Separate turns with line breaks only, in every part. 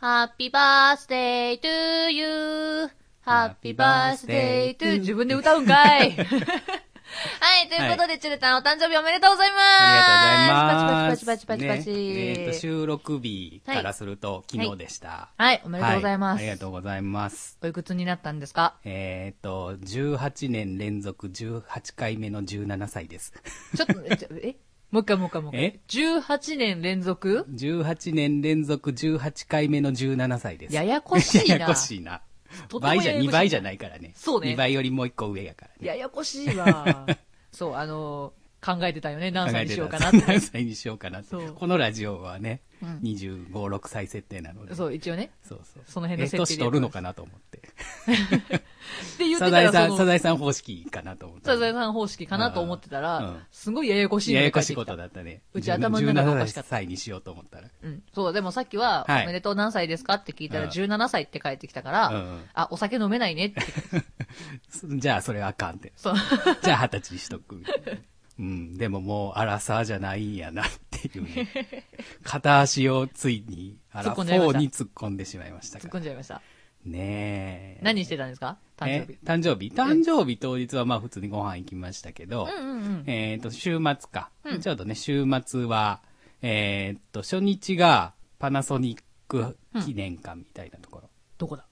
Happy birthday to you. Happy birthday to 自分で歌うんか い。はい、ということで、チュルタンお誕生日おめでとうございます。
ありがとうござい
パ
ます。
チパチパチパチパチ。
ねえーと、収録日からすると、昨日でした。
はい、おめでとうございます。
はありがとうございます。
おいくつになったんですか
えっ、と、18年連続18回目の17歳です。
ちょっと、えちょえもう一回もう一回もう一回。18年連続
18年連続18回目の17歳です。
ややこしいな
ややこしいな。
とてもやや
倍
こしい
じゃ、
な
2倍じゃないからね。
そうね
2倍よりもう1個上やからね。
ややこしい わ。そう、あの、考えてたよね。何歳にしようかなっ
考
て。
えてた何歳にしようかなって
そう。
このラジオはね、
うん
25、6歳設定なので。
そう、一応ね。
そうそう。
その辺の設定
え年取るのかなと思って。
って言って
サ
た
ザエ
ら、そ
さん、
の
サザエさん方式かなと思って。
サザエさん方式かなと思ってたら、
うん
すごいややこしいの
や
が
やこ
返っ
してい
き
こ
た
とだったね。
うち頭の中がおかしかっ
17歳にしようと思ったら。
うん、そう、でもさっきは、
はい
おめでとう何歳ですかって聞いた
う
ら、
ん
17歳って返ってきたから、
うん
あ、お酒飲めないねって。
じゃあ、それはあかんって。
そう。
じゃあ、二十歳にしとくみたいな。うん、でももう、アラサーじゃないんやなってい うね。片足をついに、ア
突
ラ
っ
フ
込ん
ォ
じゃいました
ーに突っ込んでしまいました
突っ
か
込
ら。
んじゃいました。
ねえ。
何してたんですか誕生日
え。誕生日誕生日当日はまあ普通にご飯行きましたけど、
うんうんうん。
えっ、と、週末か、ちょうどね、週末は、えっ、と、初日がパナソニック記念館みたいなところ。
どこだ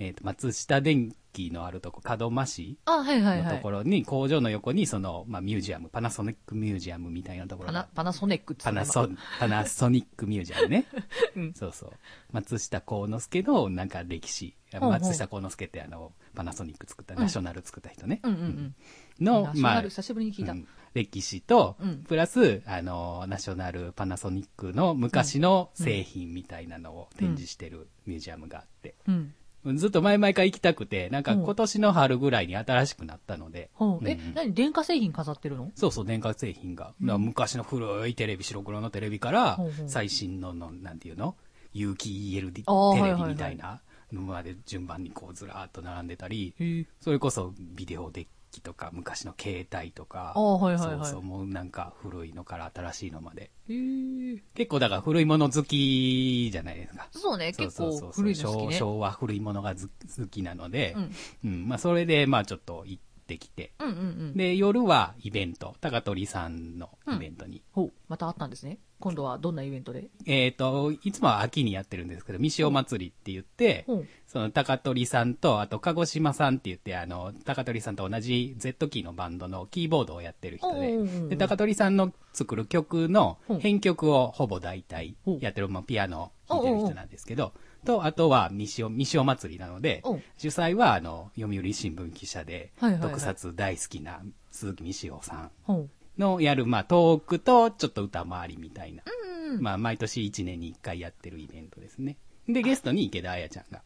えっ、と、松下電機のあるとこ、門真市
あ、はいはい
の
は
と
い
こ。ろに、工場の横に、その、まあ、ミュージアム、パナソニックミュージアムみたいなところ
パ
が
ナ、パナソニックって
パ
言
ナ
ってた
ソ、パナソニックミュージアムね。
うん
そうそう。松下幸之助の、なんか歴史。
ほうほう
松下幸之助ってあの、パナソニック作った、ナショナル作った人ね。
うんうんうん。
の
ナ、ショ
ま
ナ
あ
ル、、久しぶりに聞いた。
うん歴史と、
うん
プラス、あの、ナショナルパナソニックの昔の製品みたいなのを展示してるミュージアムがあって、
うん。
ずっと前々から行きたくて、なんか
うん
今年の春ぐらいに新しくなったので、
ほうえ
うんうん、
何電化製品飾ってるの
そうそう、電化製品が。だから昔の古いテレビ、白黒のテレビから
ほうほ、う
最新のの、なんていうの有機 ELD テ
あー
レ
はいはい
ビ
はい
みたいなのまで順番にこうずらーっと並んでたり、
へえ。
それこそビデオデッキとか、昔の携帯とか、
あーはいはいはい
そうそう、もうなんか古いのから新しいのまで。
へえ。
結構だから古いもの好きじゃないですか。
そうね、結構
そうそうそう
古いの好きね。
昭昭和古いものがず好きなので、
うん
うん、まあそれでまあちょっと行ってきて、
うんうんうん。
で、夜はイベント、高取さんのイベントに。
ほう、またあったんですね。今度はどんなイベントで
えっ、と、いつもは秋にやってるんですけど、三潮祭りって言って、
ほう。
その高取さんと、あと鹿児島さんって言って、あの、高取さんと同じ Z キーのバンドのキーボードをやってる人
おうおうおうおう
で、で高取さんの作る曲の
うん
編曲をほぼ大体やってる、まあ、ピアノを弾いてる人なんですけど、と、あとは三潮、三潮祭りなので
うん、
主催はあの、読売新聞記者で
はいはい、はい
特撮大好きな鈴木三潮さん
ほう。
のやる、まあ、トークと、ちょっと歌回りみたいな。
うん。
まあ、毎年1年に1回やってるイベントですね。で、ゲストに池田彩ちゃんが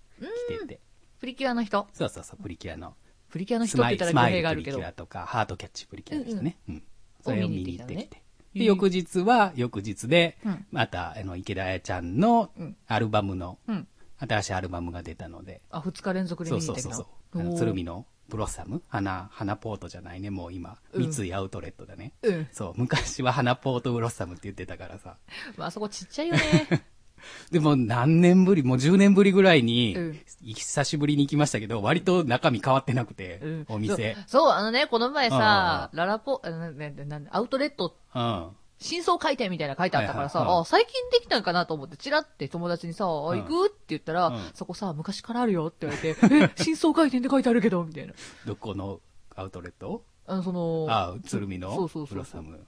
来てて、
プリキュアの人。
そうそうそう、プリキュアの、
プリキュアの
ス
人って言っ
マイル
た
ス
ら語
マ
弊
イル
があ
プ
る
リキ
けど。
ュアとか、ハートキャッチプリキュアの人ね。うん、それを見に行ってきて。
見
で、
に行っ
翌日は、翌日で
うん、
また、あの、池田彩ちゃんの
うん
アルバムの、
うん。
新しいアルバムが出たので、
あ、二日連続で
そ
見
う
に行
そ
っ
う
てき
そ
たの。
うそう、あの、鶴見
の。
のブロッサム花、花ポートじゃないね、もう今、
うん
三井アウトレットだね。
うん。
そう、昔は花ポートブロッサムって言ってたからさ。
まあ、あそこちっちゃいよ ね。
でも何年ぶり、もう10年ぶりぐらいに、
うん
久しぶりに行きましたけど、割と中身変わってなくて、
うん
お店。
そう、そうあのね、この前さ、
う
ララポ、あななななアウトレット、
うん。
真相回転みたいなの書いてあったからさ、
はいはいはい
あ、最近できたんかなと思って、チラって友達にさ、あ
ん
行くって言ったら、
うん
そこさ、昔からあるよって言わ れて、え、真相回転って書いてあるけど、みたいな。
どこのアウトレット
あの、その、
あ、鶴
そ
見の
うそう
ブ
そう
ロッサム。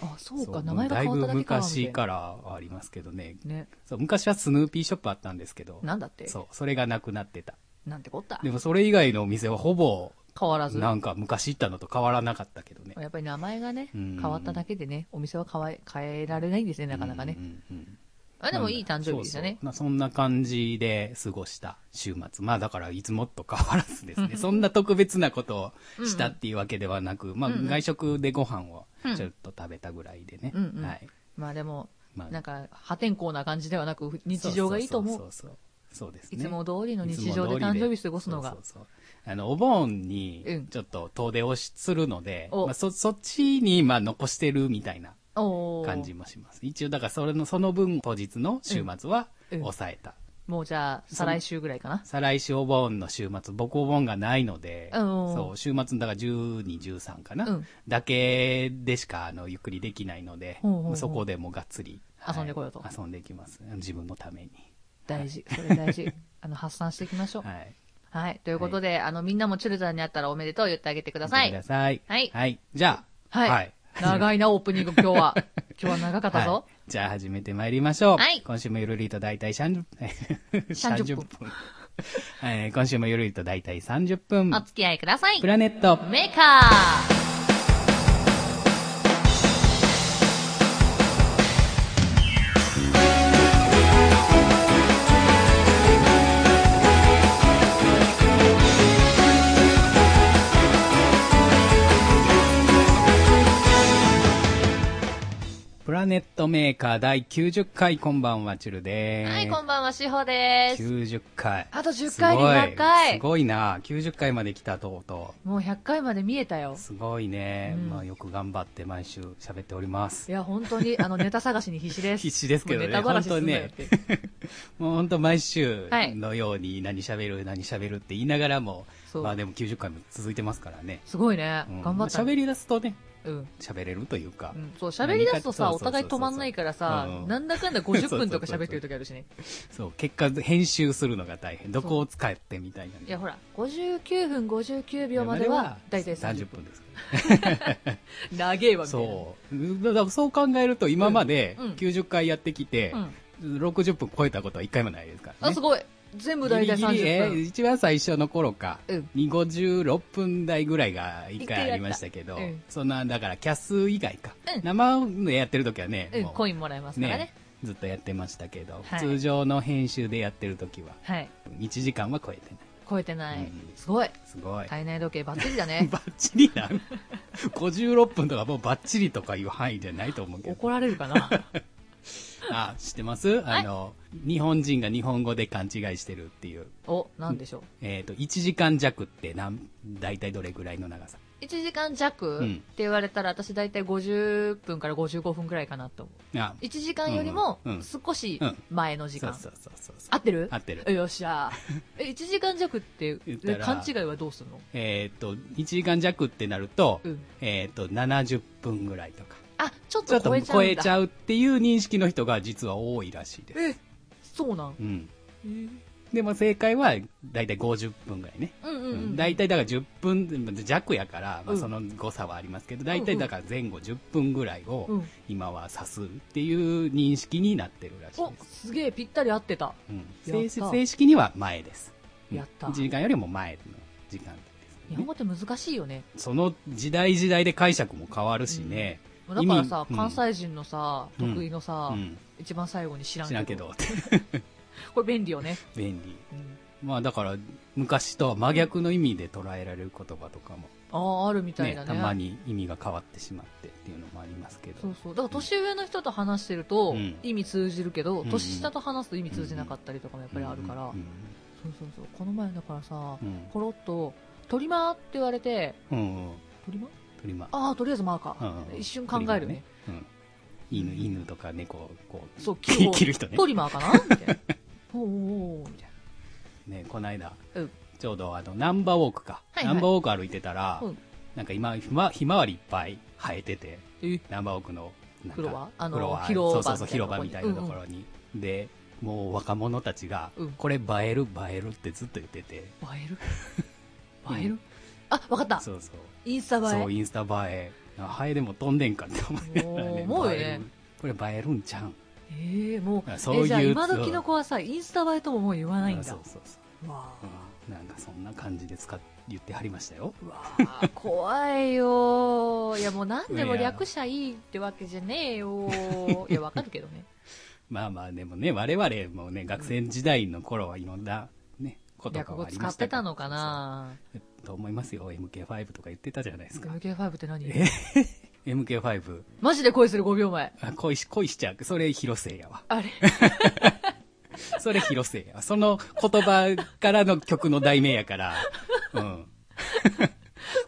あ、そう
そ
か、
う
名前が変わっただけか。
もうだいぶ昔
みたい
からありますけどね。
なね。
そう昔はスヌーピーショップあったんですけど、
なんだって
そう、それがなくなってた。
なんてこった
でもそれ以外のお店はほぼ、
変わらず。
なんか昔行ったのと変わらなかったけどね。
やっぱり名前がね、
うん
変わっただけでね、お店は変わ変えられないんですね、なかなかね
う。んうんうん
あでもいい誕生日でしたね。
そうそうまあそんな感じで過ごした週末。まあだからいつもと変わらずですね。そんな特別なことをしたっていうわけではなく、まあ外食でご飯をちょっと食べたぐらいでね。
うんうん
はい。
まあでも、
まあ
なんか破天荒な感じではなく、日常がいいと思。
そううそうそうそうそうです
い
ね。
つも通りの日常で
いつも通り
誕生日過ごすのが
そうそうそうあの、お盆
う
に
ん、
ちょっと遠出をしするので、
お
まあ、そ、そっちに、まあ、残してるみたいな
おー
感じもします。一応、だから、それの、その分、当日の週末は、
うん
抑えた
もうじゃあ、再来週ぐらいかな。
再来週お盆の週末、僕お盆がないので、
うん
そう、週末だから12、13かな、
うん
だけでしか、あの、ゆっくりできないので、
ほうほうほう
そこでもうがっつり、
遊んでこようと
遊んでいきます。自分のために。
大事。それ大事。 あの、発散していきましょう。はい。
はい。
ということで、あの、みんなもチュルザーに会ったらおめでとう言ってあげてくださ
見
い。
てください。
はい
じゃあ、
はい。長いな、オープニング今日は。今日は長かったぞ
は。いじゃあ始めてまいりましょう。
はい
今週もゆるりと大体30
30
30分。えー今週もゆるりと大体30分。
お付き合いください
プ。ラネット。
メーカー
プラネットメーカー第90回、こんばんは、チュルでーす。
はい、こんばんは、しほです。
90回。
あと10回に100回
すごいすごいな。90回まで来たとうと
もう100回まで見えたよ
う。。すごいね。
うん
まあよく頑張って毎週喋っております
い。や、本当に、あの、ネタ探しに必死です。
必死ですけどね
もうネタ話すんだよって。
もう本当毎週のように何喋る、何喋るって言いながらも、
そう
まあでも90回も続いてますからね。
すごいね
うん。
頑張った
まあ
ね。
喋り出すとね、
うん。
喋れるというか
う。んそう、喋り出すとさ、
何か
お互い止まんないからさ
そうそうそうそうう、ん
なんだかんだ50分とか喋ってる時あるしね。
そう、結果編集するのが大変。どこを使ってみたいなね。
いや、ほら、59分59秒までは、だいたい30
30分です。
分。長えわ、みたいな。
そう。だからそう考えると今まで
うんうん
90回やってきて、
うん。
60分超えたことは1回もないですから
あ、
ね
す。ごい。全部だいたい
ギリギリえ
30
ー
分。
一番最初の頃か、
うん
に56分台ぐらいが1回ありましたけど、
一回やったうん
そんな、だからキャス以外か。
うん
生のやってる時はね、
うん、
もう
コインもらえますからね。
ずっとやってましたけど、
はい
通常の編集でやってる時は、
はい。
1時間は超えてない。
超えてな
う
い
ん。
すごい。
すごい。
体内時計バッチリだね。
バッチリな56分とかもうバッチリとかいう範囲じゃないと思うけど。
怒られるかな。
あ、知ってます
はい
あの、日本人が日本語で勘違いしてるっていう。
お、なんでしょう。
えっ、と、1時間弱ってなん、大体どれぐらいの長さ
1時間弱っ
うん
て言われたら、私だいたい50分から55分くらいかなと思う。
あ、
1時間よりも
うんうん
少し前の時間。
そうそうそうそう。
合ってる
合ってる
えよっし ゃー。え、1時間弱って
言っ、た
え
ら
勘違いはどうすんの
えっ、と、1時間弱ってなると、
うん
えっ、と、70分ぐらいとか。
あ、ちょっ
ちょ
と超え
っと
ちゃ
超
うん
え
だ。
ちゃうっていう認識の人が実は多いらしいです。
え、そうなん。
うん。
えー
でも正解は、だいたい50分ぐらいね。
うんうんうん。
大体だから10分弱やから、ま
う
あ、
ん
その誤差はありますけど、大体だから前後10分ぐらいを
うん
今は指すっていう認識になってるらしい
お
で、す。
すげえぴったり合ってた。
うん
やった
正正式には前です。うん
やった
1時間よりも前の時間
日
です、ね
本。語って難しいよね。
その時代時代で解釈も変わるしね、
だからさ、
意味うん
関西人のさ、
うん
得意の
う
さ、
ん、
一番最後に知らんけ
知ら
ど。
んけどって
これ便利よね。
便利。
うん
まあだから昔とは真逆の意味で捉えられる言葉とかも、
ああ、あるみたい
ね
だね。
たまに意味が変わってしまってっていうのもありますけど。
そうそう。だから年上の人と話してると
うん
意味通じるけど、
うんうん
年下と話すと意味通じなかったりとかもやっぱりあるから、
うん
そうそうそう。この前だからさ
う、ん
ポロッと、トリマーって言われて、
うんうんうん
トリマー
鳥間
ああ、とりあえずマーカ
うんう
ー。
ん
一瞬考えるよね。
鳥間ねうん、犬犬とか猫をこう
そう、
切
切
切る人ね
トリマーかな みたいな。おーおーおーみたい
ねこの間、
うん
ちょうどあのナンバーウォークか、
はいはい
ナンバーウォーク歩いてたら、
うん
なんか今ひまひまわりいっぱい生えてて
な。え
ナンバーウォークのなん
フ
か
ロアあの
フロ
広場
そうそうそう
みたいな
広場みたいなところに、でもう若者たちが、
うん
これ映える映えるってずっと言ってて
映える
うん
映える、あ、わかった。
そうそう
インスタ映
そうインスタ映えなハエでも飛んでんかって思いながら
お
ね
ー思うよね
映えるこれ映えるんちゃうん
え。ええ、もう、
そういう
えじゃあ今時の子はさ、インスタ映えとももう言わないん
あ
だ
そう。そうそう
わあ。
なんかそんな感じで使っ言ってはりましたよ。
うわー怖いよーいやもう何でも略しゃいいってわけじゃねえよ ーいやわかるけどね
まあまあでもね、我々もね、学生時代の頃はいろんなね、こと
略
が
語
あり
使
ま
っ
した
て
から
たのかな
そうそうと思いますよ。MK5 とか言ってたじゃないですか。
MK5 って何
え MK5。
マジで恋する5秒前
あ恋し、恋しちゃう。それ広瀬やわ。
あ れ
それ広瀬やわ。その言葉からの曲の題名やから。うん。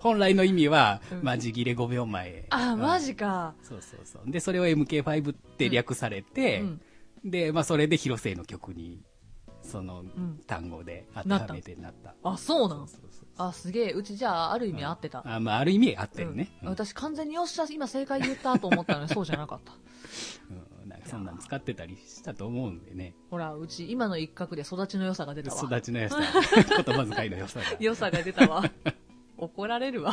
本来の意味は、マジギレ5秒前。
あ
うん
マジか
そうそうそう。で、それを MK5 って略されて、
うん
で、まあ、それで広瀬の曲にその
ん
単語で当て
なった
はめてなった。
あ、そうなん
そうそうそう
あ、すげえ。うちじゃあ、ある意味合ってた。
あ、まあ、ある意味合ってるね。
うん
うん
私完全によっしゃ、今正解言ったと思 ったのに、そうじゃなかった。
うんなんかそんなん使ってたりしたと思うんでね。
ほら、うち今の一角で育ちの良さが出たわ。
育ちの良さ、 言葉遣いの良さが。
良さが出たわ。怒られる わ。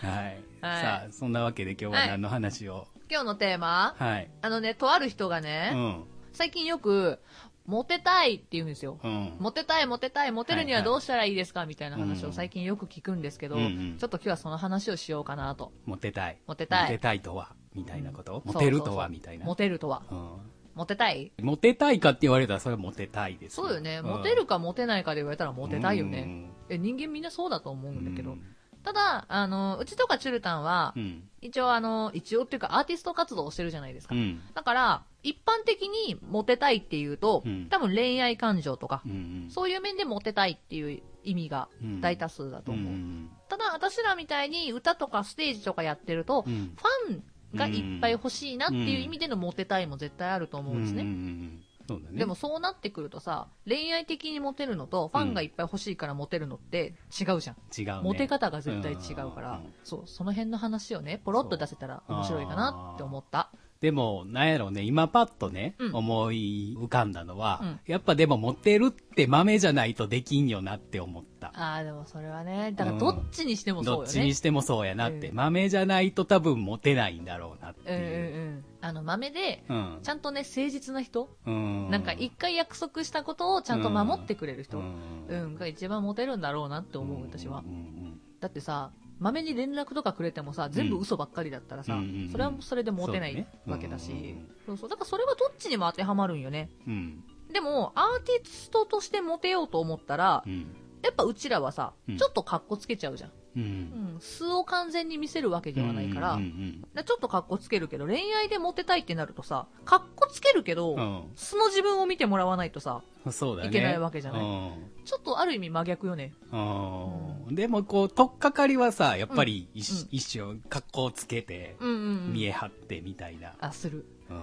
はい。さあ、そんなわけで今日は何の話を。
今日のテーマ、
はい。
あのね、とある人がね
う、ん。
最近よく、モテたいって言うんですよ。
うん。
モテたい、モテたい、モテるにははいどうしたらいいですかみたいな話
う
を
ん
最近よく聞くんですけど、
うんうん
ちょっと今日はその話をしようかなと。
モテたい。
モテたい
モテたいとは、みたいなこと。
うん
モテる
そう
と
そうそ
は、
う
みたいな。
モテるとは。
うん
モテたい
モテたいかって言われたら、それはモテたいです。
そうよね。
ん
モテるかモテないかで言われたらモテたいよね。
うん
え人間みんなそうだと思うんだけど。
うん
ただ、あの、うちとかチュルタンは、
うん。
一応あの、一応っていうかアーティスト活動をしてるじゃないですか。
うん。
だから、一般的にモテたいっていうと、
うん
多分恋愛感情とか、
うん。
そういう面でモテたいっていう意味が
うん
大多数だと
う
思う。
ん。
ただ、私らみたいに歌とかステージとかやってると、
う
フ
ん
ァンがいっぱい欲しいなっていう意味でのモテたいも絶対あると思うんですね。
うんうんうんそうだね。
でも、そうなってくるとさ、恋愛的にモテるのと、ファンがいっぱい欲しいからモテるのって違うじゃん。
違うね。
モテ方が絶対違うから、
うんうんうん
そう、その辺の話をね、ポロッと出せたら面白いかなって思った。
でも、なんやろうね、今パッとね、
うん
思い浮かんだのは、
うん
やっぱでもモテるって豆じゃないとできんよなって思った。
ああー、でもそれはね、だからどっちにしてもそうよ
ど
ね。
っちにしてもそうやなって、
う
豆じゃないと多分モテないんだろうなって
うんうん
いう。
うん。あの、豆で、
うん
ちゃんとね、誠実な人、
うん
なんか一回約束したことをちゃんと守ってくれる人、
う
うん、
ん
が一番モテるんだろうなって思う、私は
う。ん
だってさ、豆に連絡とかくれてもさ、全部嘘ばっかりだったらさ、
うんうんうん
それはそれでモテな
そ
い
うだね
わけだ
うん
し
うんうん、
そうそう、だからそれはどっちにも当てはまるんよね。
うんうん
でも、アーティストとしてモテようと思ったら
う、ん
やっぱうちらはさ、
うん
ちょっと格好つけちゃうじゃん。
うんう
うんん、素を完全に見せるわけではないから、
うん
だからちょっと格好つけるけど、恋愛でモテたいってなるとさ、格好つけるけど、
うんうん
素の自分を見てもらわないとさ、
うんそうだね
いけないわけじゃない
うん
ちょっとある意味真逆よね。
うんでもこう取っかかりはさやっぱり
う
一
ん
一種格好つけて
うんうん、うん。
見え張ってみたいな
あ、する。
う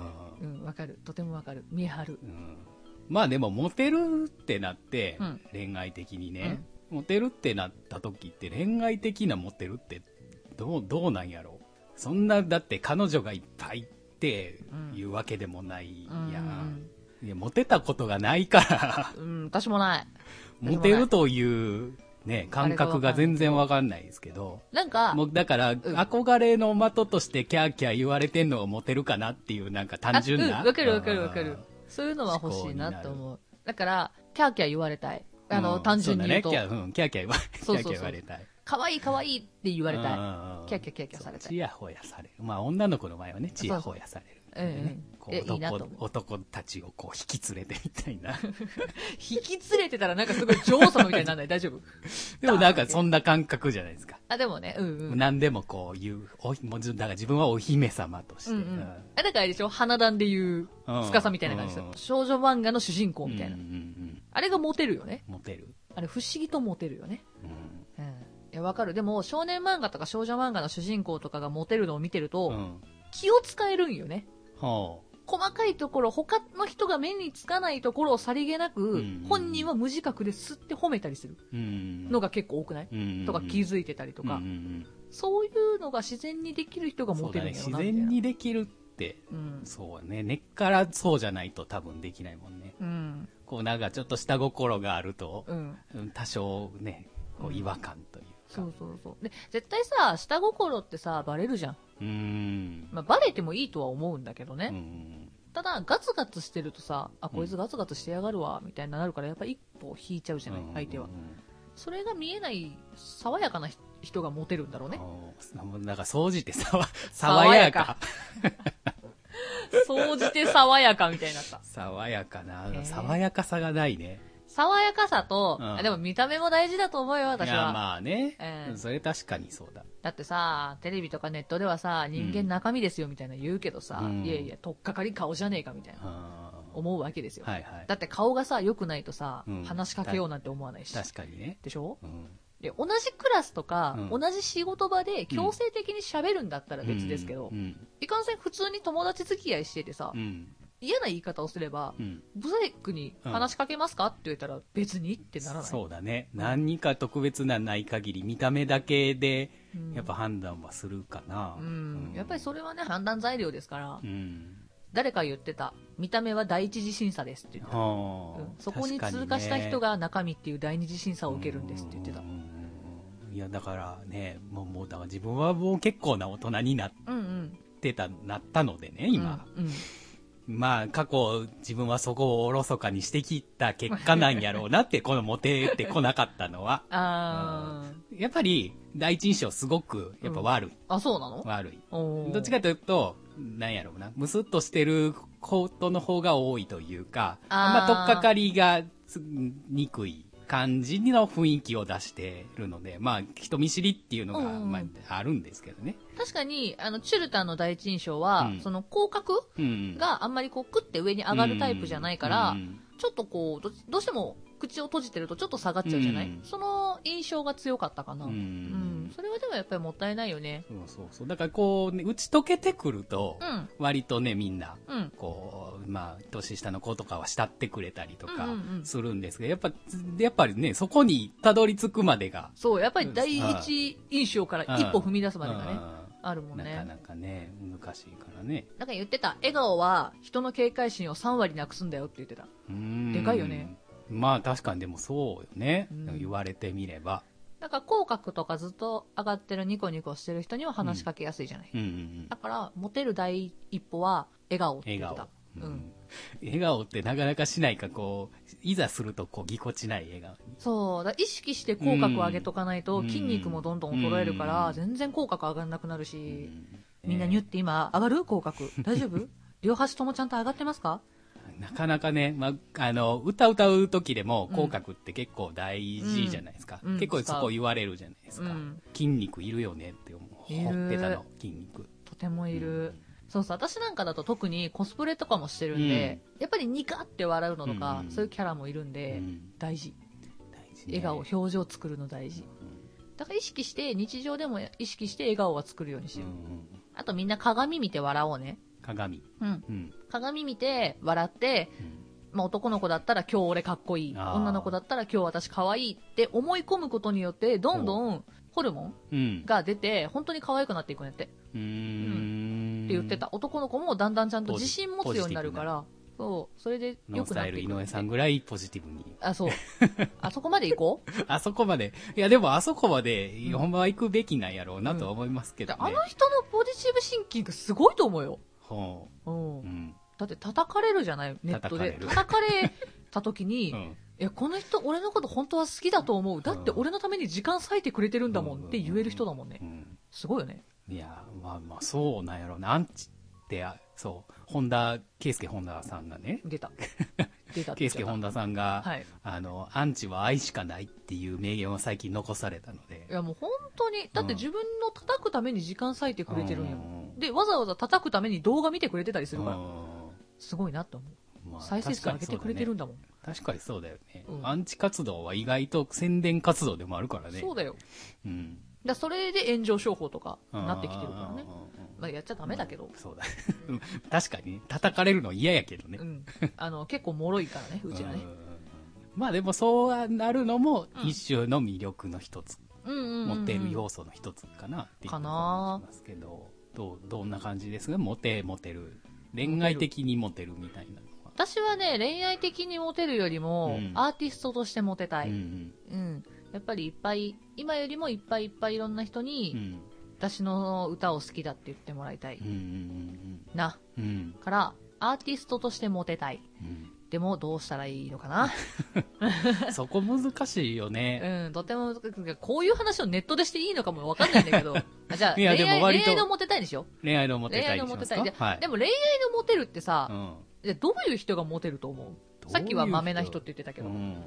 ん
うん、わかる。とてもわかる。見え張る。
うんまあでもモテるってなって、
うん
恋愛的にね、モテるってなった時って恋愛的なモテるってどうどうなんやろうそんなだって彼女がいっぱいっていうわけでもないやん、いやモテたことがないから
うん、私もない。
モテるというね感覚が全然わかんないですけど
なんか、
もうだから、憧れの的としてキャーキャー言われてんのがモテるかなっていうなんか単純
あ
な
うんわかるわかるわかる。そういうのは欲しいなと
思考に
思う。だから、キャーキャー言われたい。あの、
うん
単純に言うと
そ、だねキャーうんキャーキャー言われ
そうそうそう
キャーキャー言われたい。
可愛い可愛いって言われたい。
い
キャーキャーキャーキャーされたい
ちやほやされる。まあ女の子の前はね、ちやほやされる。
うんうん
こ
え
う
いいなと
男
思う
男たちをこう引き連れてみた いな。
引き連れてたらなんかすごい女王様みたいにな らない大丈夫
でもなんかそんな感覚じゃないですか。
あ、でもね、うんうん。
何でもこう言う、おもうだから自分はお姫様として。
うんうん。あだからあれでしょ花壇で言う、
うん
司みたいな感じで
うん
少女漫画の主人公
うん
みたいな
うん。うんうん
あれがモテるよね。
モテる。
あれ不思議とモテるよね。
うん
うん。いや、わかる。でも、少年漫画とか少女漫画の主人公とかがモテるのを見てると、
うん。
気を使えるんよね。
ほ
細かいところ、他の人が目につかないところをさりげなく、
うん
本人は無自覚ですって褒めたりする
う。うん。
のが結構多くない、
うんうんうん、
とか気づいてたりと
と
か、そういうのが自然にできる人がモ
そう
テ
だ
る
ね。
んだよ
自
なみたいな。
然にできるって、
うん。
そうね。根っからそうじゃないと多分できないもんね。
うん。
こうなんかちょっと下心があると、
うん。
うん多少ね、こう違和感というか。
そうそうそう。で、絶対さ、下心ってさ、バレるじゃん。
うーん。
まあ、バレてもいいとは思うんだけどね。
うん
ただ、ガツガツしてるとさ、あ、こいつガツガツしてやがるわ、みたいになるから、やっぱ一歩引いちゃうじゃない、相手は
うん。
それが見えない、爽やかなひ人がモテるんだろうね。
うんうん。なんか掃除って さわ爽やか。
総じて爽やかみたいになった。
爽やかな
へ。え
爽やかさがないね。
爽やかさと、
うん
あでも見た目も大事だと思うよ、私
いや、
は。
まあね。
ええ
それ確かにそうだ。
だってさ、テレビとかネットではさ、人間中身ですよみたいな言うけどさ、
うん
いやいや、とっかかり顔じゃねえかみたいな、
うんは
思うわけです
い
よ。
はい。
だって顔がさ、良くないとさ、
うん
話しかけようなんて思わないし。
確かにね。
でしょ
うん
で、同じクラスとか、
うん
同じ仕事場で強制的に喋るんだったら別ですけど、
うん。
いかんせん普通に友達付き合いしててさ、
うん。
嫌な言い方をすれば、
うん。
ブサイクに話しかけますかって言ったら別にってならない。
そうだね。何か特別なない限り、見た目だけで、
うん
やっぱ判断はするかな。
うん、やっぱり
う。
それはね、判断材料ですから、
うん。
誰か言ってた、見た目は第一次審査ですって言ってた。
はあ
うんそこに
確か
通過した人
ね
が中身っていう第二次審査を受けるんですって言ってた
うん。うんうんうんいや、だからね、もう、もう、だから自分はもう結構な大人になっ
うんうん。
てた、なったのでね、今。
うん。うん
まあ、過去、自分はそこをおろそかにしてきた結果なんやろうなって、このモテてこなかったのは。
あ
やっぱり、第一印象すごく、やっぱ悪い、
ーあ、そうなの
悪い。
おー
どっちかというと、なんやろうな、ムスッとしてることの方が多いというか、あん
あー
まとっかかりがつにくい感じの雰囲気を出してるので、まあ、人見知りっていうのが、
うんうん
まあ、あるんですけどね。
確かに、あの、チュルタの第一印象は、
うん
その、口角
うん。
があんまりこう、クッて上に上がるタイプじゃないから、
うん
ちょっとこうど、どうしても口を閉じてるとちょっと下がっちゃうじゃない、
うん
その印象が強かったかな。
うん
うんそれはでもやっぱりもったいないよね。
そうそうそう。だからこう、ね、打ち解けてくると
う、ん。
割とね、みんな、
うん。
こう、まあ、年下の子とかは慕ってくれたりとか
うんうんうん
するんですけど、やっぱ、やっぱりね、そこにたどり着くまでが、
そう、やっぱり第一印象から一歩踏み出すまでがね、
うん
あるもん
な
ね。
かなかね、難しいからね。
なんか言ってた、笑顔は人の警戒心を3割なくすんだよって言ってた。
うーん
でかいよね。
まあ確かにでもそうよね。
うん
言われてみれば。
だから口角とかずっと上がってるニコニコしてる人には話しかけやすいじゃない、
うんうんうん
だから、モテる第一歩は笑顔って
笑
言ってた
顔。。
う
うんん。笑顔ってなかなかしないか、こう、いざするとこう、ぎこちない笑顔に。
そう、だから意識して口角上げとかないと
うん
筋肉もどんどん衰えるから、
うん
全然口角上がんなくなるし、
うん
みんなニュって今上がる口 角。大丈夫両端ともちゃんと上がってますか
なかなかね、まあ、あの、歌歌う時でも、口角って結構大事じゃないですか。
うんうん
結構
使
そうこ言われるじゃないですか。
うん
筋肉いるよねって思う。
いる
ほっぺたの筋肉。
とてもいる。そうそう、私なんかだと特にコスプレとかもしてるんで、やっぱりニカって笑うのとか、
うん
そういうキャラもいるんで、
うん
大事。
大事ね
笑顔、表情作るの大事。だから意識して、日常でも意識して笑顔は作るようにし
うん
よ
う
う。
んうん
あとみんな鏡見て笑おうね。
鏡。
うん。
うん。
鏡見て笑って、
うん
まあ、男の子だったら今日俺かっこいい
あー
女の子だったら今日私可愛いって思い込むことによってどんどんホルモン
うん。
が出て本当に可愛くなっていくんやってって
うーん。
言ってた、男の子もだんだんちゃんと自信持つようになるからそうそれで
ノ
良
ンス
くなっ
タ
て
イル
い
井
く
上さんぐらいポジティブに。
あ そうあそこまで行こう
あそこまで、いやでもあそこまで
ん、
ほんまは行くべきなんやろうなとは思いますけど
で
ね。
あの人のポジティブシンキングすごいと思うよ、
ほ
うん
う。うん。
だって叩かれるじゃないネットで
叩
叩かれた時に、
う
い
ん
やこの人俺のこと本当は好きだと思うだって俺のために時間割いてくれてるんだもんって言える人だもんね
うん。
すごいよね
いや、まあまあ、そうなんやろうな。アンチって、あそう、本田、圭介本田さんがね、
出た。出た。
圭介本田さんが、
はい。
あの、アンチは愛しかないっていう名言を最近残されたので
い。やもう本当に、だって自分の叩くために時間割いてくれてるんやもん。
うん
で、わざわざ叩くために動画見てくれてたりするから、
う
すごいなと思う。
んまあ
再生数上げてくれてるんだもん。
確かにそうだよね、
うん
アンチ活動は意外と宣伝活動でもあるからね。
そうだよ。
うん。
だからそれで炎上商法とかなってきてるからね
うん。うんうんうん
まあやっちゃダメだけど。
そうだ。 うん確かに、叩かれるの嫌やけどね
う。ん。あの、結構脆いからね、うちはね
ん。。まあでもそうはなるのも一種の魅力の一つ、
うんうんうんうん。
モテる要素の一つかなってい
か
う感じ
な
ますけど、どう、どんな感じですかモテ、モテる。恋愛的にモテるみたいなのは。
私はね、恋愛的にモテるよりも、
うん
アーティストとしてモテたい。
う
うん。
ん
やっぱりいっぱい、今よりもいっぱいいっぱいいろんな人に、
うん。うん。
私の歌を好きだって言ってもらいたい
うん。うん
な
うんうん。うん。
からアーティストとしてモテたい
うん
でもどうしたらいいのかな
そこ難しいよね。
うんとてもこういう話をネットでしていいのかもわかんないんだけ どあじゃあ
いや
恋
で
愛
も割
恋
と
愛のモテたいでしょ
恋愛のモテ
恋
た
愛
い
の
にし
モ
ま
テ
す
たい
か
で、
はい。
でも恋愛のモテるってさ、
うん
じゃあどういう人がモテると思う
どういう人
さっきはマメな人って言ってたけど、
うん、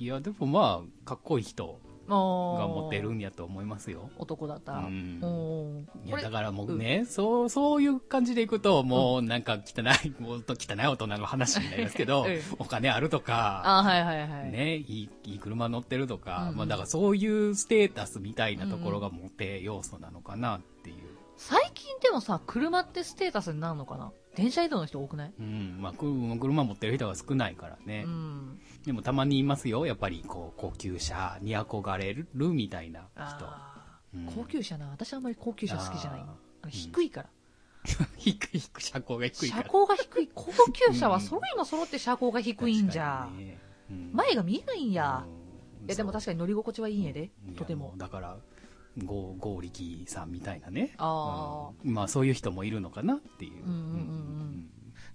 いやでもまあかっこいい人が
が
モテるんやと思いますよ、
男だったら、
うん
おーこ
いや
れ
だからもうね、そうそういう感じでいくともうなんか汚い、もっと 汚い大人の話になりますけど、
うん
お金あるとか、
あはいはいはい、
ね、いいいい車乗ってるとか、
うんうん
まあ、だからそういうステータスみたいなところがモテ要素なのかなっていう、
最近でもさ、車ってステータスになるのかな電車移動の人多くない
うんまあ、く車持ってる人が少ないからね、
うん。
でもたまにいますよやっぱりこう高級車に憧れるみたいな人
あー
うん
高級車な。私あんまり高級車好きじゃない。
あー
あの低いから。
低い低い車高が低いか
車
ら
高が低い。高級車は揃いも揃って車高が低いんじゃ
確。かにねうん
前が見えないんや。
うん
いや、でも確かに乗り心地はいいんやで
い。や
とて
も
も
う。だから剛剛力さんみたいなね
あ
うんまあそういう人もいるのかなっていう
うんうんうん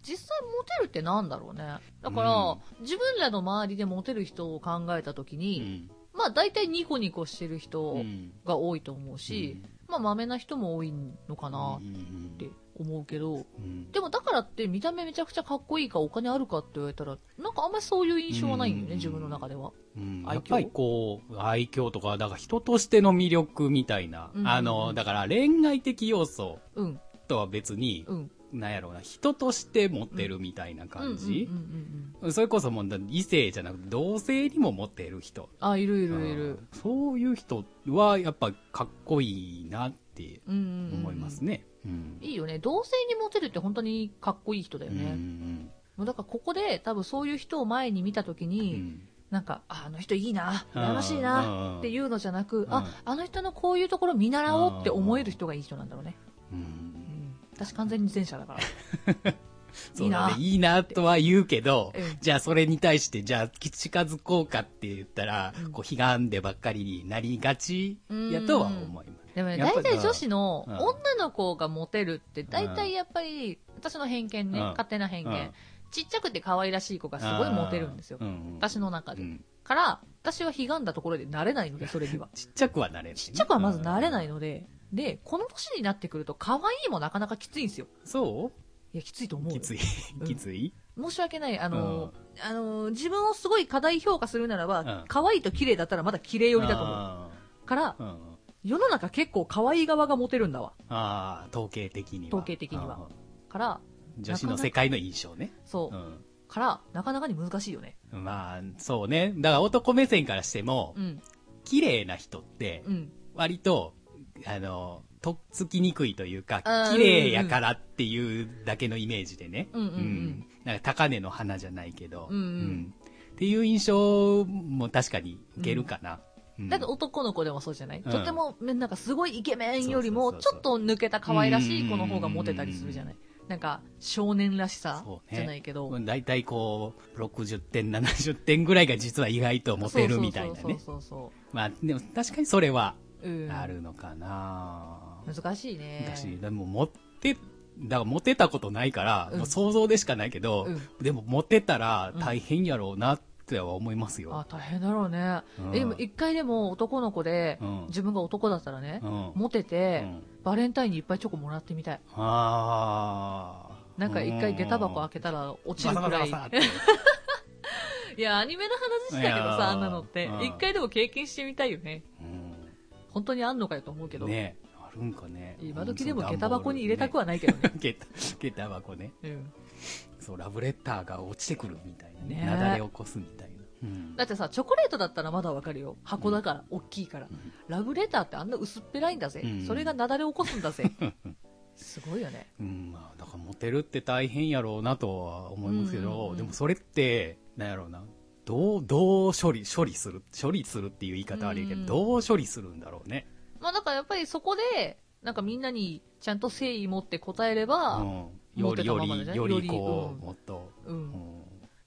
実際モテるってなんだろうね。だから、
う
自分らの周りでモテる人を考えたとき
う
に、
ん
まあ大体ニコニコしてる
う
人
ん
が多いと思うし、まあ豆な人も多いのかな
うんうんうん
って思うけど、
うん
でもだからって見た目めちゃくちゃかっこいいかお金あるかって言われたら、なんかあんまりそういう印象はないんだよね、
うん
自分の中では。
うん
愛嬌
やっぱりこう愛嬌とかだから人としての魅力みたいな、
うん
あのだから恋愛的要素
うん、
とは別に、
うん。
なんやろうな人として持ってるみたいな感じ、
うんうんうんうん
それこそもうだ異性じゃなくて同性にも持っている人
あ、いるいるいる。
あーそういう人はやっぱかっこいいなって
うんうんうん
思います。ねうん
いいよね。同性にモテるって本当にかっこいい人だよ
うんう
ね。
ん
もうだからここで多分そういう人を前に見たときに、
うん
なんか、ああの人いいな、
うん
羨ましい
うん
なっていうのじゃなく、あ、あの人のこういうところ見習おうって思える人がいい人なんだろうね。
うん
うん、私完全に前者だ から。
そうだね
いいない
いなとは言うけど、
うん
じゃあそれに対して、じゃあ近づこうかって言ったら、
うん
こう、悲願でばっかりになりがちやとは思います。
でもね、
やっぱ
大体女子の
うん
女の子がモテるって、大体やっぱり、私の偏見ね、
うん
勝手な偏見、
うん
ちっちゃくて可愛らしい子がすごいモテるんですよ
う。ん
私の中
う
で。
ん。
から、私は悲願だところで慣れないので、それには
ちっちゃくはなれる、
ちっちゃくはまず慣れない
うん
ので、で、この年になってくると、可愛いもなかなかきついんですよ。
そ
いや、きついと
う
思う
き
よ。
つい
うん。
きつい、
申し訳ない。あの、あの、自分をすごい過大評価するならば、
うん
可愛いと綺麗だったらまだ綺麗寄りだと思
あ
う。から
ー、うん
世の中結構可愛い側がモテるんだわ。
あー、統計的には。
統計的には
うん。
から、
女子の世界の印象ね。
そう。から、なかなかに難しいよね。
うん。まあ、そうね。だから男目線からしても
う、ん。
綺麗な人って、
うん。
割と、あの、とっつきにくいというか
あ、ー
綺麗やからっていうだけのイメージでね。
うんうんうん
なんか高根の花じゃないけど、
うんうん
っていう印象も確かに受けるかな。うん
だって男の子でもそうじゃない、
うん
とても、ねなんかすごいイケメンよりも、
そう
ち
そ
ょ
うそ
っ
う
と抜けた可愛らしい子の方がモテたりするじゃない、
う
なんか、少年らしさ
そうね
じゃないけど。
だいたいこう、60点、70点ぐらいが実は意外とモテるみたいな
そう
ね。
そうそう
まあ、でも確かにそれは
そうそう。うん。
あるのかな、
難しいね。
私、でも持って、だからモテたことないから、
うん
もう想像でしかないけど、
う
でもモテたら大変やろうなっては思います
あ
よ。、
大変だろうね。
うん
えでも、一回でも男の子で、
うん
自分が男だったらね
う、ん
モテて、
うん
バレンタインにいっぱいチョコもらってみたい。
あー
なんか一回下駄箱開けたら落ちるくらい。
バサバサバサって
いや、アニメの話だけど
いやー
さ、あんなのって
う。ん
一回でも経験してみたいよね。本当にあんのかよと思う け
う
ど。
んねあるんかね。
今時でも下駄箱に入れたくはないけどね。
ね。下駄 下駄箱ね。
うん
そう、ラブレターが落ちてくるみたいなね。
ね
なだれ起こすみたいな。うん
だってさ、チョコレートだったらまだわかるよ。箱だから、大きいから
ん。
ラブレターってあんな薄っぺらいんだぜ
う。ん
それがなだれ起こすんだ ぜ。すごいよね。
うん、まあ、だからモテるって大変やろうなとは思いますけ
うんうんう
ど、
ん
でもそれって、なんやろうな。どう、どう処理、処理する、処理するっていう言い方はあれやけ
うん
ど、どう処理するんだろうね。
まあだからやっぱりそこで、なんかみんなにちゃんと誠意持って答えれば、
うん、
持
よ
ってた
りよ
ままでね
りよ
より
りこ
うん
うもっと、
う。
うんん、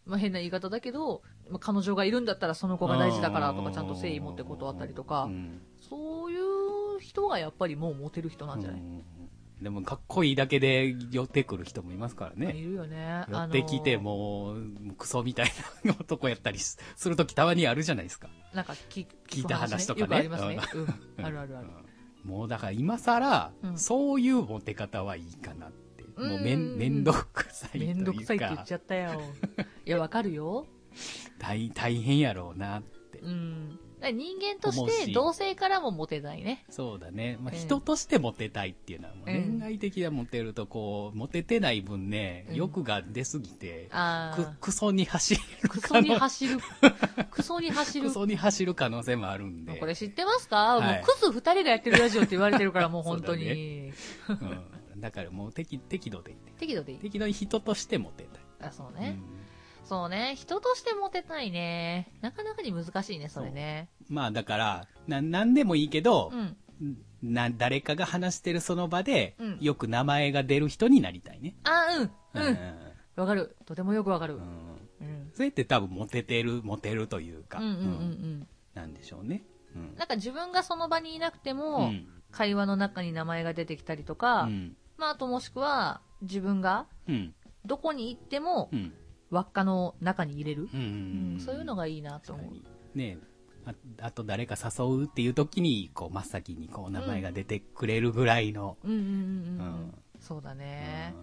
まあ変な言い方だけど、まあ彼女がいるんだったらその子が大事だからとか、ちゃんと誠意持って断ったりとか
う、ん
そういう人がやっぱりもうモテる人なんじゃない、
でもかっこいいだけで寄ってくる人もいますから
い
ね
るよね。
寄ってきて
あの
もうクソみたいな男やったりすするときたまにあるじゃないですか、
ー。なんか聞
聞いた話とかね
よくありますね。うん。あるあるあ
う
る。
んもうだから今さら、
うん
そういうモテ方はいいかなってもうめ
うんうんうん
んめんどくさ いと
めんどくさ
い
いうって言っ
か
ちゃった よ。いや、わかるよ。
大大変やろうなって
うん。だから人間と
思う
して
し
同性からもモテないね。
そうだね、まあ、
うん
人としてモテたいっていうのは、もう
うん
恋愛的なモテるとこうモテてない分ね、
うん
欲が出すぎて
あ
く
あ。
クソに走る
クソに
可能
走る。クソに走る
ク。ソに走る可能性もあるんで
これ知ってますか、
はい
もうクズ二人がやってるラジオって言われてるから、もう本当に。
うんだからもう適適度でいいね
適度でいい。
適度に人としてモテたい
あ、そうね、そうね。人としてモテたいね。なかなかに難しいね、それね。
うんまあだからな何でもいいけど
う、ん。
な誰かが話してるその場で、
うん
よく名前が出る人になりたいね
あ、うん。
う
うん。わかる。とてもよくわかる。
ん
うん。うん
それって多分モテてるモテるというか、
うんうんう
うん
ん。
なんでしょうね、うん
なんか自分がその場にいなくても、
うん
会話の中に名前が出てきたりとか、
うん
まあ、あともしくは、自分が
うん
どこに行っても
う、ん
輪っかの中に入れる。
うん
うんそういうのがいいなと思
確か
う。
にねああと誰か誘うっていう時にこう真っ先にこう名前が出てくれるぐらいの、
うんうんうんう
うんん。
そうだね。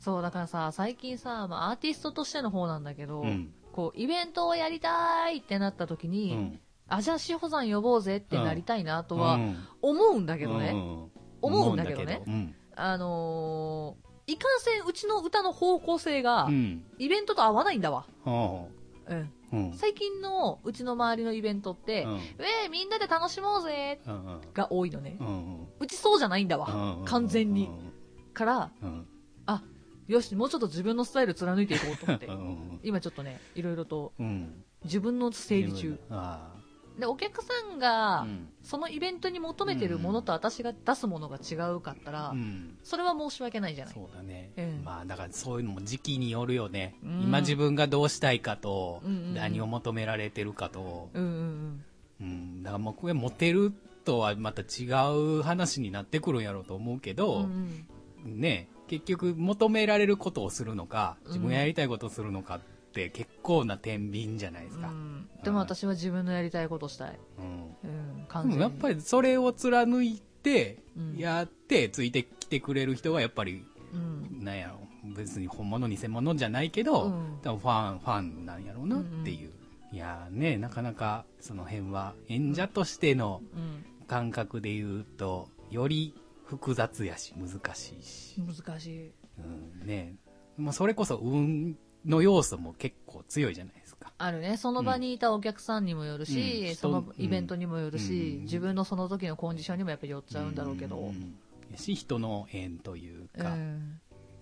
そう、だからさ、最近さ、まあ、アーティストとしての方なんだけど、
うん
こう、イベントをやりたいってなった時
う
に、
ん
あ、じゃあ、志保さん呼ぼうぜってなりたいなとは、思うんだけどね。
うん
思うんだけどね
うん
あのー、いかんせん、うちの歌の方向性が、
うん
イベントと合わないんだわ。
ほ
うん。
ううん
最近のうちの周りのイベントって、
う
ウェ
ん
えみんなで楽しもうぜ
うんうん
が多いのね
う。ん
うちそうじゃないんだ
うんうん
わ
う。ん
完全に。から、
うんうん
あ、よし、もうちょっと自分のスタイル貫いていこうと思って
う。ん
今ちょっとね、いろいろと
うん
自分の整理中。
あ
で、お客さん
あ
が
う、ん
そのイベントに求めてるものと私が出すものが違うかったら
う、ん
それは申し訳ないじゃない。
そうだね、
うん
まあだからそういうのも時期によるよね、
うん
今自分がどうしたいかと、
うんうんうん
何を求められてるかと、
うんうんうん。
うん、だからもうこれモテるとはまた違う話になってくるんやろうと思うけ
うんう
ど、
ん
ね結局求められることをするのか
うん
自分がやりたいことをするのかって結構な天秤じゃないですか、
うんでも私は自分のやりたいことしたい。
うん
うん、完
で
全
も
に。
やっぱりそれを貫いて
うん
やってついてきてくれる人はやっぱり
うん。
なんやろ別に本物偽物じゃないけど、
うん
多分ファンファンなんやろうなっていう、いやーねなかなかその辺は演者としての
うん。
感覚で言うとより複雑やし難しいし、
難しい。
うんねまあ、それこそ運の要素も結構強いじゃないですか
あるね。その場にいたお客さんにもよるし、
うん
その
人
イベントにもよるし、
うん
自分のその時のコンディションにもやっぱり寄っちゃうんだろうけど、うん
んやし人の縁というか、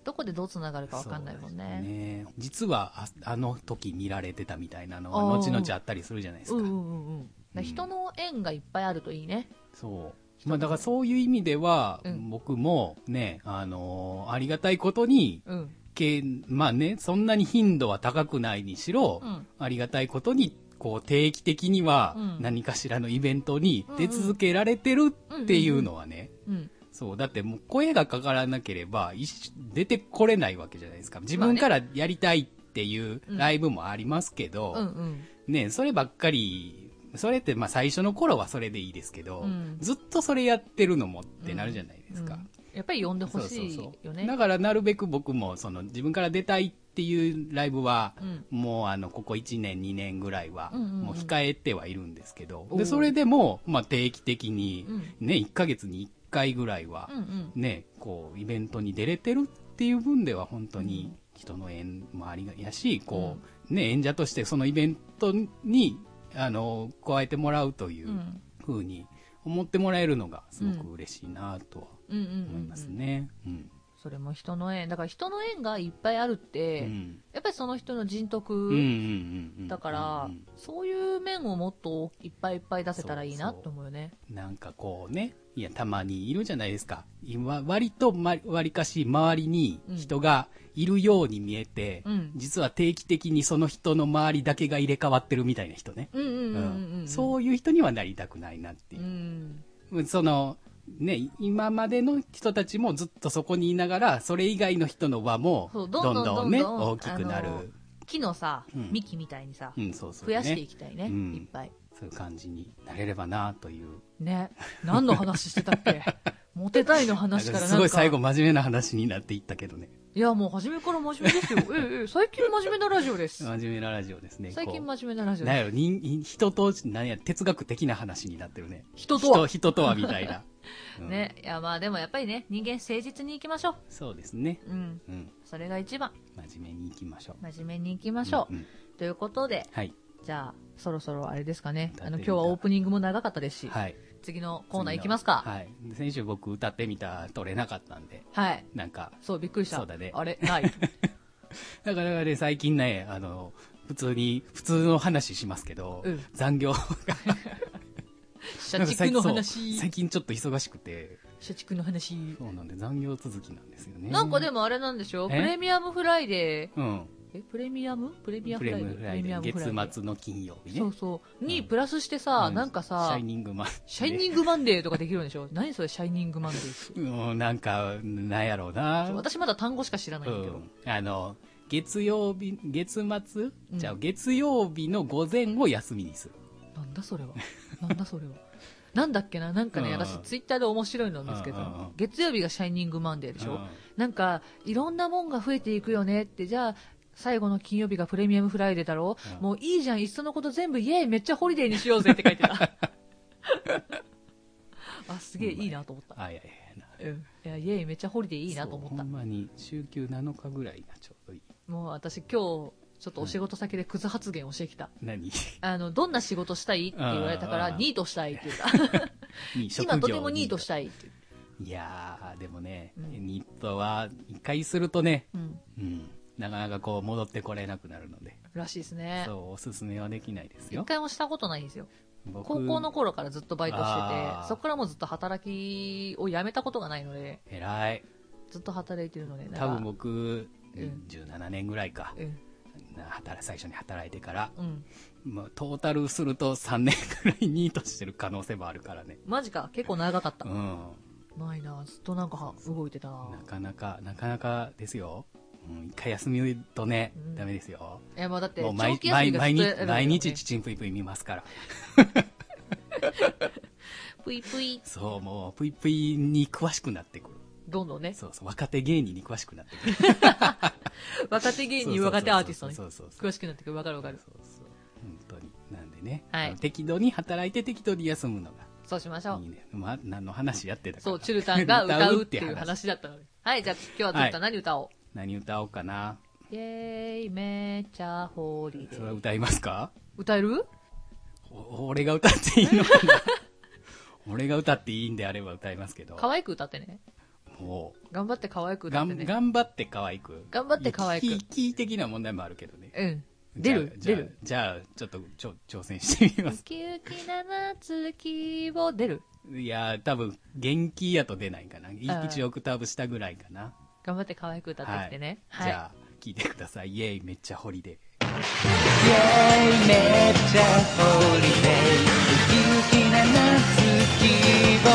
どこでどう繋がるかわかんないもん
そう
ね。
ですね実はああの時見られてたみたいなのは
あー
後々あったりするじゃないです
う
か、
んうんうんうん。だから人の縁がいっぱいあるといいね。
そう。まあだからそういう意味では、
うん
僕もね、あのーありがたいことに、
うん。
けまあね、そんなに頻度は高くないにしろ、
うん
ありがたいことに、こう定期的には
うん
何かしらのイベントに出続けられてるっていうのはね、
うん。
そう、だってもう声がかからなければ一緒出てこれないわけじゃないですか。自分からやりたいっていうライブもありますけど、
うんうん。
ね、そればっかり、それってまあ最初の頃はそれでいいですけど、
うん
ずっとそれやってるのもってなるじゃないですか。
うんやっぱり呼んでほしい
そう
よ
そう
ね。
そうだからなるべく僕もその自分から出たいっていうライブは、
うん
もうあのここ1年2年ぐらいは
うんうんうん
もう控えてはいるんですけど、
おー
でそれでもまあ定期的にね1ヶ月に1回ぐらいは
うんうん。
ねこうイベントに出れてるっていう分では本当に人の縁もありがやしこう、ね、演者としてそのイベントにあの加えてもらうという
うん。うん
ふうに思ってもらえるのがすごく嬉しいなとは
うんうん
思います
うん。
ね。うん
それも人の縁。だから人の縁がいっぱいあるって、
うん
やっぱりその人の人
うんうんう
徳
んうん
だから、
うん
そういう面をもっといっぱいいっぱい出せたらいいなと思うよね。
なんかこうねいやたまにいるじゃないですか今割とま割かし周りに人がいるように見えて、
うん
実は定期的にその人の周りだけが入れ替わってるみたいな人ね、
うんうんうんうんうん。
そういう人にはなりたくないなっていうう、
ん。
そのね今までの人たちもずっとそこにいながらそれ以外の人の輪も
そ
ど
うんどんどん
どんね
どんどん
大きくなる
あの木のさ、
うん
幹みたいにさ、
うんそうそう、
増
ね、
やしていきたいね、
うん
いっぱい。
そういう感じになれればなという
ね。何の話してたっ けモテたいの話からなんか。
すごい最後真面目な話になっていったけどね
いや、もう初めから真面目 ですよ。ええええ、最近真面目なラジオです。
真面目なラジオですね
最近
こ
真面目なラ
う
ジオ
なん
です。
やろ人人となんや哲学的な話になってるね
人とは
人人とはみた いな、うん
ね。いや、まあでもやっぱりね、人間誠実に行きましょう。
そうですね
うん。
うん
それが一番。
真面目にいきましょう
真面目に行きましょう。
んん
ということで、
はい
じゃあ、そろそろあれですかね。
だって
あの、今日はオープニングも長かったですし、
はい
次のコーナーいきますか。
はい。先週僕歌ってみた、取れなかったんで、
はい。
なんか、
そう、びっくりした。
そうだね
あれ、 ない。
だからね、最近ね、あの、普通に、普通の話しますけど、
うん
残業が、
社畜の
そう
話。
最近ちょっと忙しくて、
社畜の話。
そうなんで残業続きなんですよね。
なんかでもあれなんでしょプ
え
レミアムフライデー。
うん。
え、プレミアムプレミアム
プ
フラ
レ
イデ
ム
ー。
フライデー、月
末。
末の金曜日ね。
そうそう。に、
うん
プラスしてさ、
うん
なんか
シャ
さ
イ、ニングマン。
シャイニングマンデーとかできるんでしょ何それ、シャイニングマンデーって。
うん、なんか、なんやろうな。
そう私まだ単語しか知らないんだけど。
うん、あの月曜日月末、
うん
じゃあ月曜日の午前を休みにする
なんだそれは。なんだそれは。なんだっけななんかね、
うん
私ツイッターで面白いのを見つけた
うんうんう
の
ん。
月曜日がシャイニングマンデーでしょ、
うん
なんか、いろんなもんが増えていくよねって、じゃあ、最後の金曜日がプレミアムフライデーだろ、
うん
もういいじゃん、いっそのこと全部イエーイめっちゃホリデーにしようぜって書いて た。あ、すげえいいなと思った。
あいやいやいや
うん。いや、イエーイめっちゃホリデーいいなと思っ
そうほ
た
ん。まに週休7日ぐらいがちょうどいい
もう私今日、ちょっとお仕事先でクズ発言をしてきた。
何
あの、どんな仕事したいって言われたか
うん
ら、
うんうん
ニートしたいって言った。
に 職業
今とてもニートしたいって。
いやーでもね、
うん
ニットは一回するとね、
うん。
うん、なかなかこう戻ってこれなくなるので、
らしいですね。
そうおすすめはできないです
一
よ
回もしたことないんですよ。
僕
高校の頃からずっとバイトして
あー
て、そこからもうずっと働きをやめたことがないので、
偉い
ずっと働いてるので、
多
なん
分
か、
僕
うん
17年ぐらいか、
うん、
な働最初に働いてから
うん。
まあ、トータルすると3年くらいニートしてる可能性もあるからね。
マジか、結構長かった
う。ん。
ないな、ずっとなんかは動いてたな。
なかなか、なかなかですよ。うん、一回休みるとね、
うん
ダメですよ。
え、もうだって、
もう
長
毎
期休み
毎
がず
毎
っとや
日
る、んだよね
毎日、チチンプイプイ見ますから。
ぷいぷい、
そう、もう、プイプイに詳しくなってくる。
どんどんね、
そうそう、若手芸人に詳しくなってくる。
若手芸
そうそう
人、
そう
若手アーティストね
そ、うそうそう。
詳しくなってくる、わかるわかる。
そうそう。本当に。なんでね、
はい
あの適度に働いて適度に休むのが
そうしましょ
いうい。ね。まあ、何の話やってたか
そ
ら
う、チュルタンが歌うっていう。話だったのに。はい、じゃあ今日はチュルタン何歌おう
何歌おうかな。
イェーイ、めっちゃホーリ
それは
ー。
歌いますか
歌える
お俺が歌っていいのかな俺が歌っていいんであれば歌いますけど。
可愛く歌ってね。
も
頑張って可愛く
う、
歌
が
って
ん
ね。
頑張って可愛く。
頑張って可愛く
いやキーキー的な問題もあるけどね。
うん。出る
じ
出
ゃあ
る。。
じゃあ、じゃあちょっとちょ挑戦してみ
ウ
ます。
キウキな夏希望出る。
いやー、多分、元気やと出ないかな。い
あー
一オクターブ下ぐらいかな。
頑張って可愛く歌ってきてね。
じゃあ、聞いてください。イエーイ、めっちゃホリデー。
イェーイめっちゃホリデーウキウキな夏希望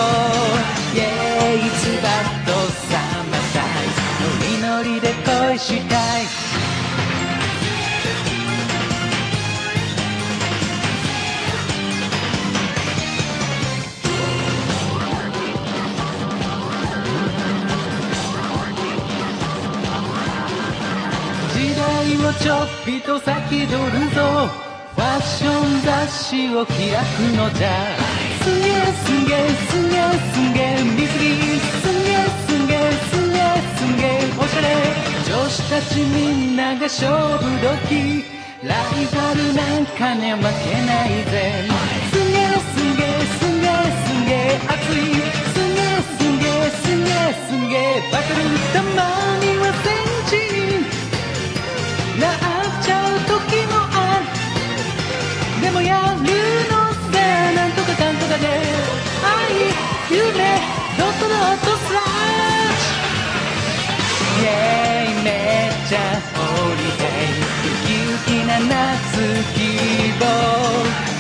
イェーイいつだとサマータイムノリノリで恋したい時代をちょっぴと先取るぞファッション雑誌を開くのじゃすげえすげえすげえすげえ水着すげえすげえすげえすげえおしゃれ女子たちみんなが勝負時ライバルなんかね負けないぜすげえすげえすげえすげえ熱いすげえすげえすげえすげえバトルたまには戦地なっちゃう時もあるでもやるのさなんとかかんとかで愛夢ドットドットスラッシュイェーイめっちゃホリデーウキウキな夏希望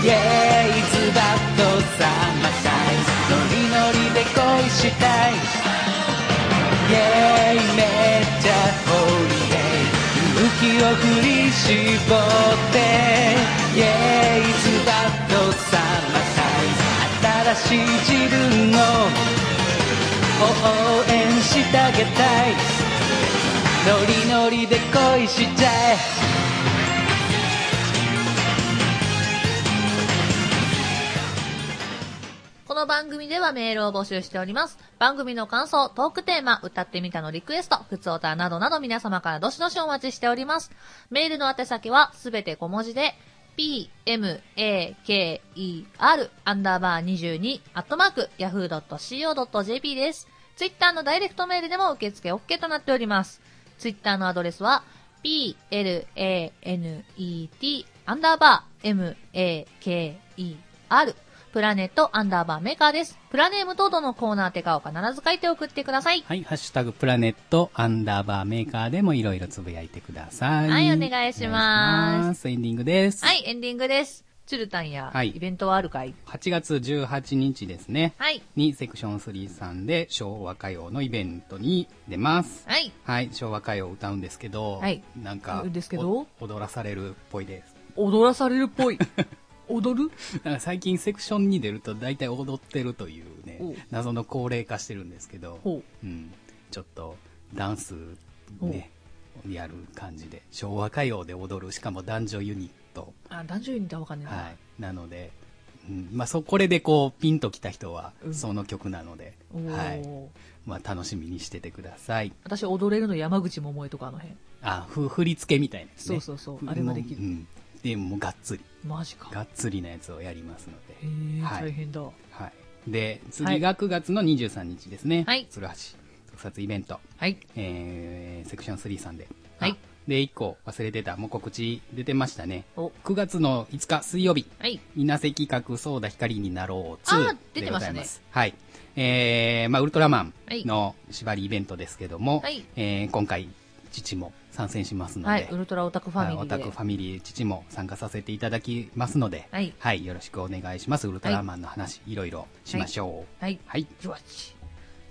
イェーイズバッとサマータイムノリノリで恋したいイェーイめっちゃホリデー勇気を振り絞ってイェーイズバッとサマータイム新しい自分を応援してあげたいノリノリで恋しちゃえ
この番組ではメールを募集しております。番組の感想、トークテーマ、歌ってみたのリクエスト、ふつおたなどなど皆様からどしどしお待ちしております。メールの宛先はすべて小文字で、 p-m-a-k-e-r アンダーバー22アットマーク yahoo.co.jp です。ツイッターのダイレクトメールでも受付 OK となっております。ツイッターのアドレスは planet アンダーバー maker プラネットアンダーバーメーカーです。プラネーム等々のコーナーてかを必ず書いて送ってください。
はい、ハッシュタグプラネットアンダーバーメーカーでもいろいろつぶやいてください。
はいお願いします
お願いしすエンディングです。
はい、エンディングです。チュルタンや、
はい
イベントはあるかい
8月18日ですね。
はい。
にセクション3さんで昭和歌謡のイベントに出ます。
はい。
はい、昭和歌謡を歌うんですけど、
はい
なんか
うんですけど
お踊らされるっぽいです。
踊らされるっぽい。 踊る
なんか最近セクションに出ると大体踊ってるというね
お、
謎の高齢化してるんですけど、
ほ
うん、ちょっとダンスね、やる感じで、昭和歌謡で踊る、しかも男女ユニット。
あ、男女にいたらわかんないな。
はい。なので、うん、まあ、そ、これでこう、ピンときた人は
う、ん
その曲なので、
おー
はい。まあ、楽しみにしててください。
私踊れるの山口百恵とかあの辺。
あ、ふ、振り付けみたいなやつ
そう
ね。
そううそう。あれができ
う
る。
ん。で、もうがっつり、
マジか。
がっつりなやつをやりますので。
へえ、
はい
大変だ。
はい。で、
は
次
い
が9月の23日ですね。
はい
鶴橋特撮イベント。
はい。
えーセクション3さんで。
はい
あ。で、1個忘れてた。もう告知出てましたね。
お、
9月の5日水曜日。
はい。
稲瀬企画、そうだ光になろう
あー
2
出てましたね
でございす。はい。えー、まあウルトラマン
はい
の縛りイベントですけども、
はい
えー今回、父も参戦しますので、
はい。ウルトラオタクファミリ
はいオ
ー
タ
で。
クファミリー、父も参加させていただきますので、
はい
よろしくお願いします。ウルトラマンの話、い、ろいろしましょう。
はい。
はい。
ジョージ。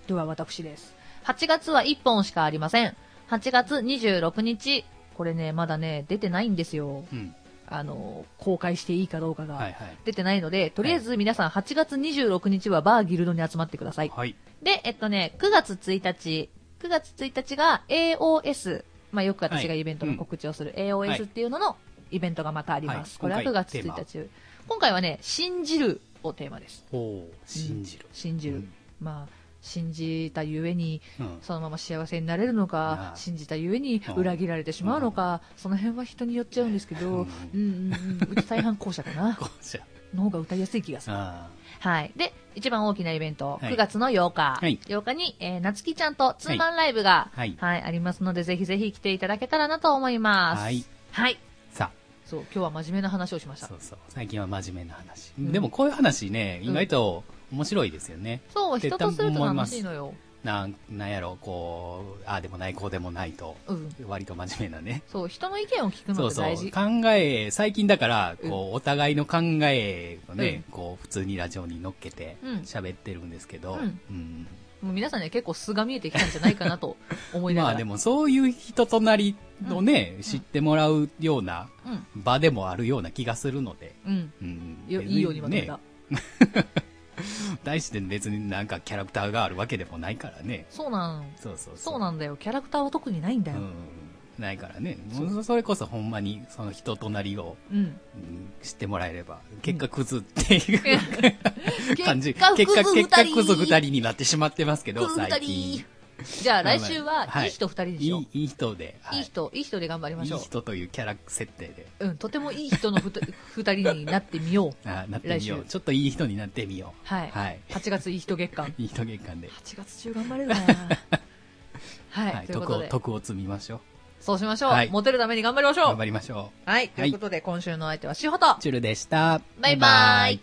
では私です。8月は1本しかありません。8月26日。これね、まだね、出てないんですよ。
うん。
あの、公開していいかどうかが。
はいはい。
出てないので、とりあえず皆さん8月26日はバーギルドに集まってください。
はい。
で、えっとね、9月1日、9月1日が AOS、まあよく私がイベントの告知をする
はい
AOS っていうののイベントがまたあります。
はい
これは9月
今回
1日。今回はね、信じるをテーマです。
ほう、信じる。
信じる。
うん
まあ、信じたゆえに、
うん。
そのまま幸せになれるの
あ
か
あ、
信じたゆえに裏切られてしまうのか、その辺は人によっちゃうんですけど、うんうんうん、うち大半後者か な。
こうじゃ。
の方が歌いやすい気がする。
あ
はい。で、一番大きなイベント、
はい
9月の8日。
はい
8日に、えー、なつきちゃんとツーマンライブが、
は
はいい、ありますので、ぜひぜひ来ていただけたらなと思います。
はい。
はい。
ーさ
そう、今日は真面目な話をしま
あ、
した
そ。うそう。最近は真面目な話。
うん
でもこういう話ね、
うん
意外と面白いですよね。
そう、
絶
人
対
とすると
思いま
楽
す
しいのよ。
なん、なんやろ、こう、ああでもない、こうでもないと、
うん。
割と真面目なね。
そう、人の意見を聞く
そ
のっ
う
て
そ
大
う。考
事。
え、最近だから、こう、お互いの考えをね、こう、普通にラジオに乗っけて
うん、
喋ってるんですけど、
うん
うん
もう皆さんね、結構素が見えてきたんじゃないかなと 思いなが
ま
ら。
あでも、そういう人となりをね、知ってもらうような
うん。
場でもあるような気がするので、
うん。
うん
よいいようにまとめた。
ね大して別になんかキャラクターがあるわけでもないからね。
そうなん。
そうそうそう。
そうなんだよ。キャラクターは特にないんだよ
う。んないからね。そそれこそほんまにその人となりを、
うん。
うん知ってもらえれば、結果クズっていう、感じ。
結果
結果、
クズ二
結
人
果クズ二人になってしまってますけど、
クズ二
最
人
近。
じゃあ来週は、
はい
いい人二人で
い
しょ
い。いい人で、はい
い人、いい人で頑張りましょ
いい人というキャラ設定で、
う。うん、とてもいい人のふた 二人になってみよう。
あなってみよう。
来週
ちょっといい人になってみよう。
はい。
はい。
8月いい人月間。
いい人月間で。
8月中頑張れ るなはい、
はい。
というこ
徳
と
を、
で。
徳を積みましょう。
そうしましょう、
はい
モテるために頑張りましょ
頑
う
張りましょ
はい、ということで、今週のお相手はしほと
う。チュルでした。
バイバイ